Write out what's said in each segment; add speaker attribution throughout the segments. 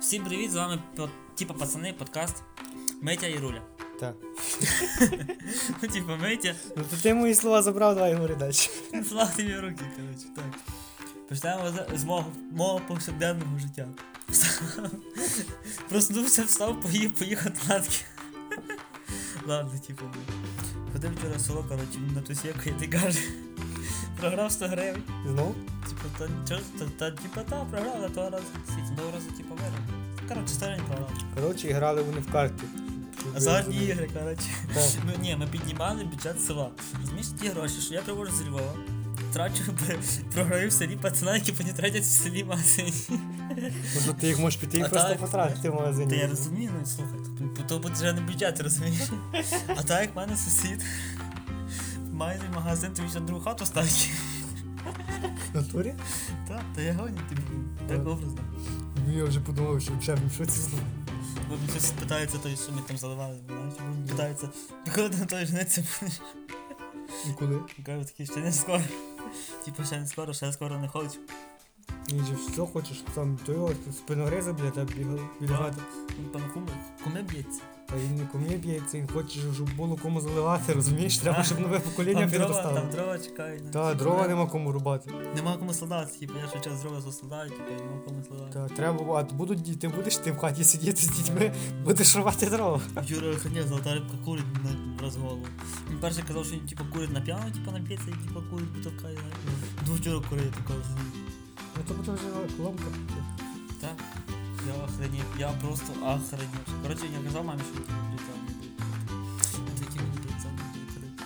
Speaker 1: Всім привіт, з вами про- типа пацани, подкаст Митя і Руля.
Speaker 2: Так.
Speaker 1: Ну, типа Митя.
Speaker 2: Ну то ти мої слова забрав, давай говори далі.
Speaker 1: Слав тобі руки, коротше, так. Почнемо з- з мого, мого повсякденного життя. Встав. Проснувся, встав, поїв, поїхав тладки. Ладно, типу. ну. Ходив вчора в село, коротше, він на тусіку, і ти каже. Програв 100 гривень.
Speaker 2: Знову?
Speaker 1: Типа, та нічого, та, та типа та програв, але того разу сіть, того разу типа виграв. Коротше, старень програв.
Speaker 2: Коротше, грали вони в карти.
Speaker 1: Азартні ігри, коротше.
Speaker 2: Так.
Speaker 1: Ну ні, ми піднімали бюджет села. Розумієш ті гроші, що я привожу з Львова, трачу, б- програю в селі пацана, які потім тратять в селі магазині.
Speaker 2: Ну то ти їх можеш піти і
Speaker 1: А
Speaker 2: просто
Speaker 1: так,
Speaker 2: потратити в
Speaker 1: Та я
Speaker 2: магазині.
Speaker 1: розумію, ну слухай, то- то буде вже не бюджет, розумієш? А так як в мене сусід має магазин, тобі ще другу хату ставить.
Speaker 2: В натурі?
Speaker 1: Та, та я гоню, тобі так образно.
Speaker 2: Ну я вже подумав, що вже що це знову.
Speaker 1: Бо мені щось питаються, то що ми там задавали, знаєш, вони питаються, коли ти на той жениться будеш?
Speaker 2: І коли?
Speaker 1: Я Кажу, такий ще не скоро. Типа ще не скоро, ще скоро не хочу.
Speaker 2: Ні, же що хочеш, там то його спиногриза біля тебе бігала, біля
Speaker 1: Так.
Speaker 2: хати.
Speaker 1: Він там куми, куми б'ється.
Speaker 2: Та він нікому не б'ється, він хоче, щоб було кому заливати, розумієш? Треба, щоб нове покоління
Speaker 1: Там дрова, там
Speaker 2: підростало.
Speaker 1: дрова чекають. ну,
Speaker 2: Та дрова нема кому рубати.
Speaker 1: Нема кому складати, типу, я ще час дрова заскладаю, типу, нема кому складати.
Speaker 2: Та треба, а будуть діти, будеш ти в хаті сидіти з дітьми, будеш рубати дрова.
Speaker 1: Юра ходив, золота рибка курить на раз в голову. Він перше казав, що він типу курить на п'яну, типу нап'ється, і типу курить бутовка. Двохтюра ну, курить такого.
Speaker 2: Ну то буде вже ломка.
Speaker 1: Так. Я охренів, я просто охренів. Коротше, я казав мамі, що типу бліця не буде. Я такий мені бліця не буде курити.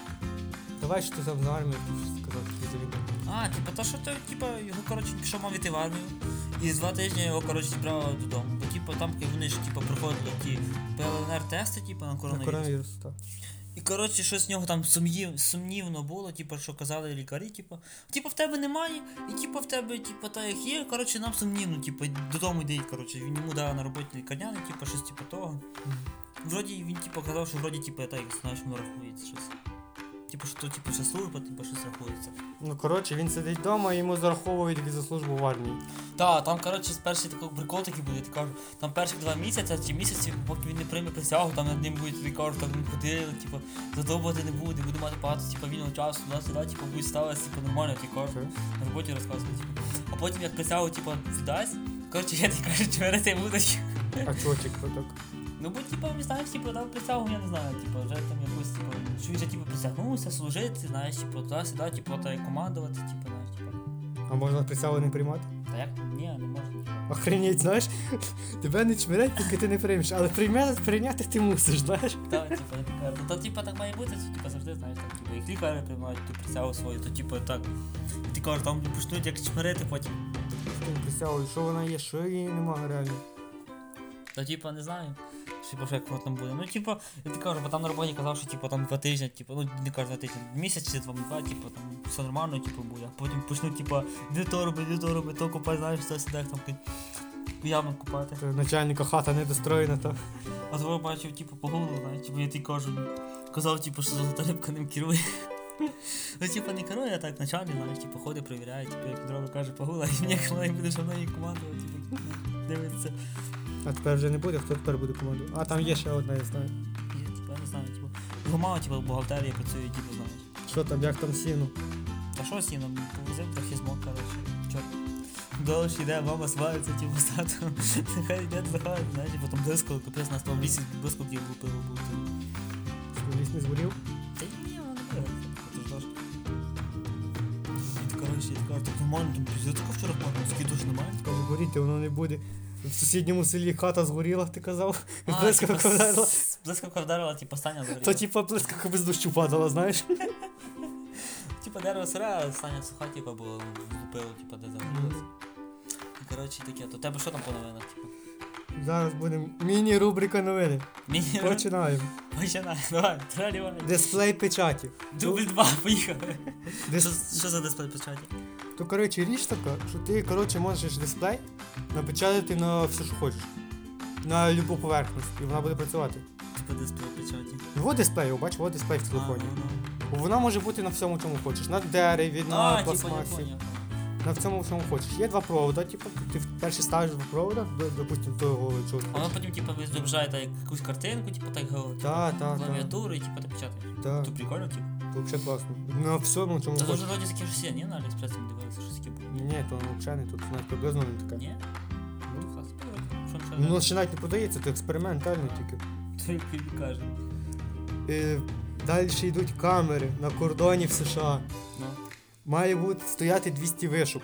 Speaker 2: Давай, що ти там на армії ти щось сказав, що ти завідав.
Speaker 1: А, типу, то що то, типу, його коротше пішов мав іти в армію. І з два тижні його коротше зібрали додому. Бо типу там вони ж типу проходили ті ПЛНР-тести, типу, на
Speaker 2: На
Speaker 1: коронавірус.
Speaker 2: Ну, коронавірус, так.
Speaker 1: І коротше, щось в нього там сумнів, сумнівно було, типу, що казали лікарі, типу, типу, в тебе немає, і типу в тебе, типу, та як є, коротше, нам сумнівно, типу, додому йди, коротше, він йому дав на роботі лікарняний, типу, щось типу того. Вроді він типу казав, що вроді, типу, та як знаєш, воно рахується щось. Типу, що то, типу, що служба, типу, щось рахується.
Speaker 2: Ну коротше, він сидить вдома і йому зараховують від за службу в армії.
Speaker 1: Та, там, коротше, з перші такий прикол такий буде, ти кажу, там перші два місяці чи місяці, поки він не прийме присягу, там над ним будуть, ти кажуть, там він ходили, типу, задовбувати не буде, буде мати багато типу, вільного часу, туди сюди, типу, буде ставитися, типу, нормально, ти кажуть, на роботі розказувати. Типу. А потім як присягу, типу, віддасть, коротше, я ти кажу, чверти будуть.
Speaker 2: А чого тік так?
Speaker 1: Ну, бо, типу, не знаєш, типу, дав присягу, я не знаю, типу, вже там якось, типу, що вже, типу, присягнувся, служити, знаєш, типу, туди сюди, типу, та й командувати, типу, знаєш, типу.
Speaker 2: А можна присягу не приймати?
Speaker 1: Та як? Ні, не можна. типу.
Speaker 2: Охренеть, знаєш? Тебе не чмирять, поки ти не приймеш, але прийняти, прийняти ти мусиш, знаєш?
Speaker 1: Так, типа, я кажу, то типа так має бути, це типа завжди знаєш, так типу, типа їх лікарі приймають ту типу, присягу свою, то типа так. Ти кажеш, там почнуть як чмирити потім.
Speaker 2: Ти присягу, що вона є, що її немає реально.
Speaker 1: Та типа не знаю. що, Типа, що як воно там буде. Ну, типа, я ти кажу, бо там на роботі казав, що типа там два тижні, типа, ну не кажу два тижні, місяць чи два, два, типа там все нормально, типу, буде. А потім почнуть, типа, де то роби, де то роби, то купай, знаєш, все сюди, там кид- явно купати.
Speaker 2: Це начальника хата недостроєна, то
Speaker 1: А то я бачив, типу, по гуглу, знаєш, типу, я ти кажу, казав, типу, що золота рибка ним керує. Ну, типу, не керує, а так начальник, знаєш, типу, ходить, перевіряє, типу, як дрова каже, погула, і мені коли будеш вона її командувати, типу, дивиться.
Speaker 2: А тепер вже не буде, хто тепер буде командувати? А там є ще одна, я знаю.
Speaker 1: Я, типу, я не знаю, типу, його мама, типу, бухгалтерія працює, типу, знаєш.
Speaker 2: Що там, як там сіно?
Speaker 1: Та що сіном, повезив трохи змок, коротше, чорт. Дощ іде, мама свариться, типу, з татом. Нехай йде, заходить, знаєш, типу, там блискавка, капець, нас там вісім блискавків лупило було.
Speaker 2: Що ліс не згорів?
Speaker 1: Та ні, воно не було. Це ж важко. Ти, Коротше, я така, так нормально, там пізде така вчора пахне, такий дощ немає.
Speaker 2: Каже, горіти, воно не буде. В сусідньому селі хата згоріла, ти казав.
Speaker 1: типа,
Speaker 2: Блискавка вдарила.
Speaker 1: с- Блискавка вдарила, типу, Саня згоріла.
Speaker 2: То типа блискавка без дощу падала, знаєш?
Speaker 1: Типа Типу, дерево сире, а Саня суха, типа, бо лупило, типа, де загорілося. І, Коротше, таке, то тебе що там по новинах, типу?
Speaker 2: Зараз буде міні-рубрика новини.
Speaker 1: Мені
Speaker 2: Починаємо.
Speaker 1: починай, давай, тролівай.
Speaker 2: Дисплей печаті.
Speaker 1: Дубль два, поїхали. Що,
Speaker 2: Дис...
Speaker 1: що за дисплей печаті?
Speaker 2: То коротше річ така, що ти коротше можеш дисплей напечатати на все, що хочеш. На любу поверхність, і вона буде працювати.
Speaker 1: Типа Типу, дисплей печаті.
Speaker 2: Його дисплей, о, бач, його дисплей в телефоні.
Speaker 1: А, ну, ну.
Speaker 2: Вона може бути на всьому, чому хочеш. На дереві, на
Speaker 1: А, типа, я
Speaker 2: пластмасі.
Speaker 1: поняв.
Speaker 2: на в цьому всьому хочеш. Є два провода, типу, ти перший ставиш два провода, до- допустимо, того чого.
Speaker 1: А воно потім, типу, ви зображаєте якусь картинку, типу, так говорить.
Speaker 2: Так, так, так.
Speaker 1: Клавіатуру і типу ти печатаєш.
Speaker 2: Так,
Speaker 1: То прикольно, типу.
Speaker 2: взагалі класно. На всьому чому
Speaker 1: Та тут
Speaker 2: хочеш.
Speaker 1: же вроді таке щось є, ні? На Аліекспресі ми дивилися, щось таке було.
Speaker 2: Ні, то взагалі не тут навіть приблизно не таке. Ну,
Speaker 1: Ні? Ну, клас. Що нічого
Speaker 2: Воно ще навіть не продається, це експериментальний тільки.
Speaker 1: не тобі каже.
Speaker 2: Е, Далі ще йдуть камери на кордоні в США.
Speaker 1: Ну,
Speaker 2: Має бути стояти 200 вишок.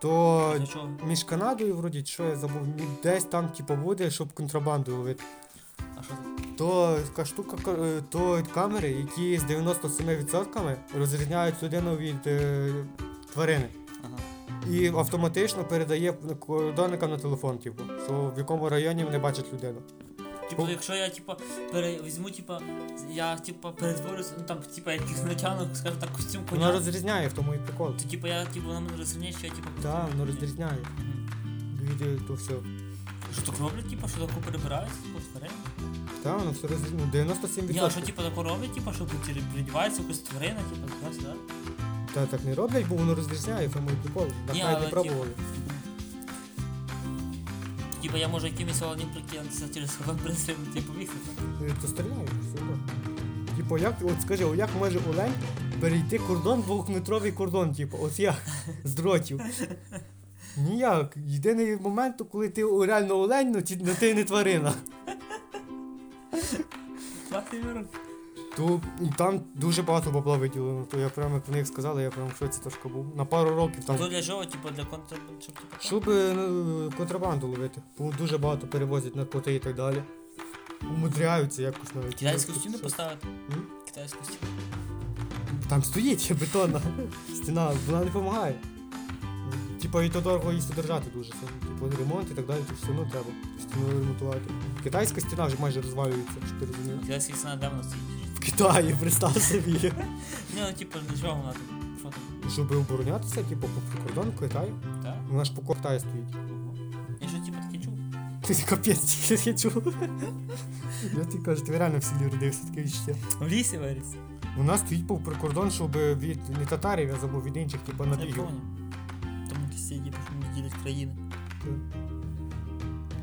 Speaker 2: То
Speaker 1: для чого?
Speaker 2: між Канадою, вроді, що я забув, ну, десь там типу, буде, щоб контрабанду ловити.
Speaker 1: А що це?
Speaker 2: То така штука, ка- е, то камери, які з 97% розрізняють людину від е, тварини.
Speaker 1: Ага.
Speaker 2: І автоматично передає кордонникам на телефон, типу, що в якому районі вони бачать людину.
Speaker 1: Типу,
Speaker 2: Ну.
Speaker 1: якщо я типа пере... візьму, типа, я типа перетворюся, ну там, типа, якихось натягну, скажімо так, костюм
Speaker 2: Вона
Speaker 1: коня.
Speaker 2: розрізняє в тому і прикол.
Speaker 1: То типа я типа на мене розуміє, що я типа.
Speaker 2: Так, да, воно розрізняє.
Speaker 1: Мгм.
Speaker 2: Від е, то все.
Speaker 1: Що так роблять, типа, що таку перебирають, типу, тварин?
Speaker 2: Так, да, воно все ну, розрізняє.
Speaker 1: Ні, а що
Speaker 2: 97%.
Speaker 1: типа таку роблять, типа, що передівається якась тварина, типа, зараз, да?
Speaker 2: Та так не роблять, бо воно розрізняє, в тому і прикол. Так
Speaker 1: Ні,
Speaker 2: навіть
Speaker 1: але типу,
Speaker 2: не
Speaker 1: ті-
Speaker 2: пробували.
Speaker 1: Типа я можу якимось одним прикинутися через веб-пристрій, типу, віхати.
Speaker 2: Е, То стріляють, все одно. Типу, як, от скажи, о, як може Олень перейти кордон, двохметровий кордон, типу, от як? З дротів. Ніяк. Єдиний момент, то коли ти о, реально олень, ну ти, ну, ти не тварина.
Speaker 1: Класний вирок.
Speaker 2: То і там дуже багато бабла виділено, то я прямо як про них сказали, я прямо в шоці трошки був. На пару років там.
Speaker 1: То для чого, типа, для контр... щоб, типа,
Speaker 2: Щоб е, ну, контрабанду ловити, бо дуже багато перевозять наркоти і так далі. Умудряються якось навіть.
Speaker 1: Китайську
Speaker 2: Щось-
Speaker 1: стіну поставити?
Speaker 2: М?
Speaker 1: Китайську стіну.
Speaker 2: Там стоїть бетонна стіна, вона не допомагає. Типа і то дорого її содержати дуже сильно. Типу ремонт і так далі, то все одно треба стіну ремонтувати. Китайська стіна вже майже розвалюється, що ти розумієш.
Speaker 1: Китайська стіна давно стоїть.
Speaker 2: В Китаї, представ собі.
Speaker 1: Ні, ну, типа, для чого вона там? Що там?
Speaker 2: Щоб оборонятися, типу, по прикордону Китаю.
Speaker 1: Так?
Speaker 2: Вона ж по Китаю стоїть.
Speaker 1: Я що, типа, таке чув?
Speaker 2: Ти капець, я хочу. Я тобі кажу, ти реально в селі родився, таке відчуття.
Speaker 1: В лісі виріс.
Speaker 2: Вона стоїть по прикордон, щоб від не татарів, я забув, від інших, типу,
Speaker 1: Я
Speaker 2: набігів.
Speaker 1: пам'ятаю. Тому якісь ці діти, що не ділять країни.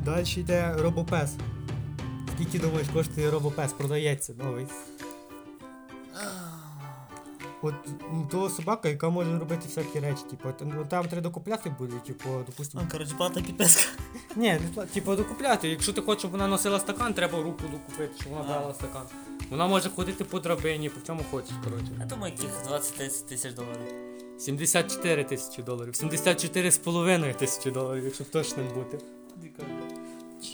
Speaker 2: Далі йде робопес. Скільки думаєш, коштує робопес, продається новий. От м, то собака, яка може робити всякі речі, типу, там, ну, там треба докупляти буде, типу, допустимо.
Speaker 1: Ну, коротше, плата підписка.
Speaker 2: Ні, не пла- типу докупляти. Якщо ти хочеш, щоб вона носила стакан, треба руку докупити, щоб вона
Speaker 1: А.
Speaker 2: брала стакан. Вона може ходити по драбині, по чому хочеш, коротше.
Speaker 1: Я думаю, яких 20 тисяч доларів.
Speaker 2: 74 тисячі доларів. 74 з половиною тисячі доларів, якщо точним бути.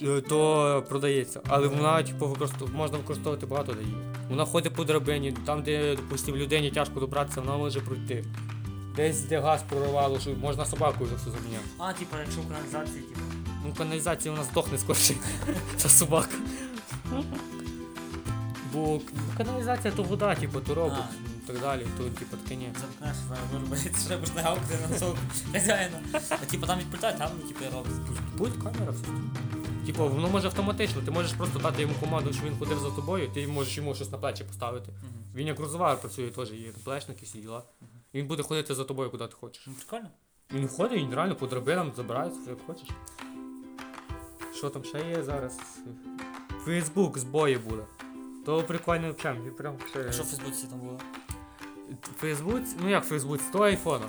Speaker 2: Е, то продається. Але вона типу, використов... можна використовувати багато де її. Вона ходить по драбині, там, де, допустим, людині тяжко добратися, вона може пройти. Десь де газ прорвало, що можна собакою за все заміняти.
Speaker 1: А, типа, якщо типу, в каналізації, типа.
Speaker 2: Ну, каналізація вона здохне скорше. Ця собака. Бо к- каналізація то вода, типу, то робить
Speaker 1: А.
Speaker 2: і так далі, то типу таке ні.
Speaker 1: Замкнеш, виробиться, що будеш нагавкати на носок хазяїна. А типа там відпитають, там, типу, типа, робить.
Speaker 2: Будь камера все. Типу, воно може автоматично, ти можеш просто дати йому команду, що він ходив за тобою, ти можеш йому щось на плечі поставити.
Speaker 1: Мгм.
Speaker 2: Він як грузовар працює теж, є плешники, всі діла. Він буде ходити за тобою, куди ти хочеш.
Speaker 1: Ну, Прикольно.
Speaker 2: Він ходить, він реально по драбинам забирається, як хочеш. Що там ще є зараз? Фейсбук з бою буде. То прикольно взагалі, він прям
Speaker 1: А
Speaker 2: ще.
Speaker 1: що в Фейсбуці там було?
Speaker 2: Фейсбук, ну як Фейсбук, то в айфонах.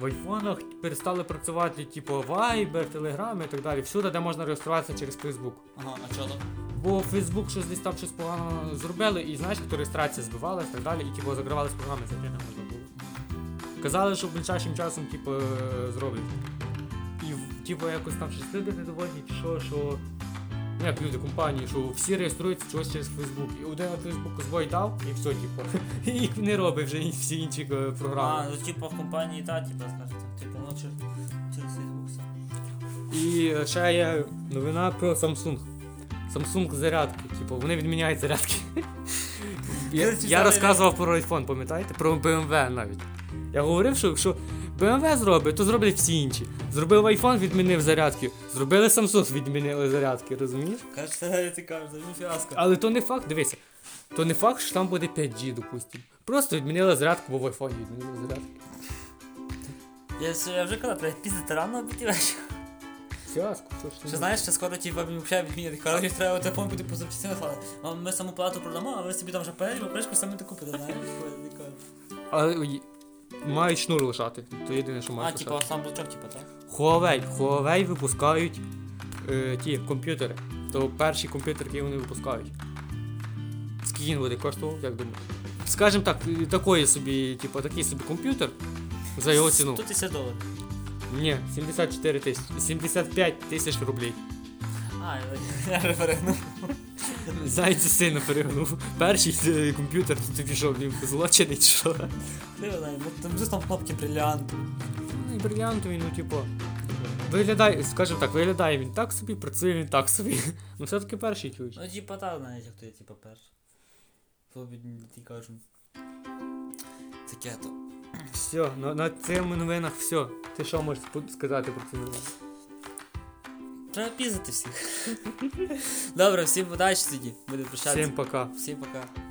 Speaker 2: В айфонах перестали працювати, типу, Viber, Telegram і так далі. Всюди, де можна реєструватися через Фейсбук.
Speaker 1: Ага, а чого там?
Speaker 2: Бо Фейсбук щось десь там щось погано зробили, і знаєш, хто реєстрація збивала і так далі, і типу закривали з програми, за яке не можна було. Казали, що ближайшим часом, типу, е, зроблять. І в- типу якось там щось люди недовольні, чи що, що. Ну як люди компанії, що всі реєструються чогось через Фейсбук. І один на Фейсбуку збой дав, і все, типу. І їх не робить вже і всі інші е,
Speaker 1: А,
Speaker 2: програми.
Speaker 1: ну типа в компанії та, типу, типа, скажете, типа, ну через через Фейсбук все.
Speaker 2: І е, ще є новина про Samsung. Samsung зарядки, типу, вони відміняють зарядки. Я,
Speaker 1: Коротше,
Speaker 2: я
Speaker 1: взагалі-
Speaker 2: розказував про iPhone, пам'ятаєте? Про BMW навіть. Я говорив, що якщо BMW зробить, то зроблять всі інші. Зробив iPhone, відмінив зарядки. Зробили Samsung, відмінили зарядки, розумієш?
Speaker 1: Кажеш, це цікаво, це не фіаско.
Speaker 2: Але то не факт, дивися. То не факт, що там буде 5G, допустим. Просто відмінили зарядку, бо в iPhone відмінили зарядки.
Speaker 1: Я, ж- я вже казав, треба піздити рано обіцяєш.
Speaker 2: Фіаско, що ж ти
Speaker 1: Що знаєш, що скоро ті бабі взагалі відмінять. Коротше, треба телефон буде по запчастинах. А ми саму плату продамо, а ви собі там вже пелю, пришку саме ти купите, знаєш? Типу, така.
Speaker 2: Але ой, мають шнур лишати. То єдине, що
Speaker 1: А,
Speaker 2: мають
Speaker 1: типу,
Speaker 2: лишати.
Speaker 1: сам блочок, типу, так?
Speaker 2: Huawei. Huawei випускають е, ті комп'ютери. То перші комп'ютери, які вони випускають. Скільки він буде коштував, як думаєш? Скажем так, е, такої собі, типу, такий собі комп'ютер за його ціну.
Speaker 1: 150 доларів.
Speaker 2: Ні, 74 тисячі, 75 тисяч рублів.
Speaker 1: А, я- я референдум.
Speaker 2: Зайця сильно перегнув. Перший е, комп'ютер, то тобі що, він злочинець, чи що?
Speaker 1: Ти знаєш, там же там кнопки бриллианту.
Speaker 2: Ну, і брилліантовий, ну типу. Виглядає, скажімо так, виглядає він так собі, працює він так собі. Ну все-таки перший чуєш.
Speaker 1: Ну, типа, та, знаєш, як то типу, є, типа, перш. Тобі ти кажу. Таке то.
Speaker 2: Все, на, на цих новинах все. Ти що можеш спо- сказати про ці новини?
Speaker 1: Треба пізати всіх. Добре, всім удачі тоді. Будемо прощатися.
Speaker 2: Всім пока.
Speaker 1: Всім пока.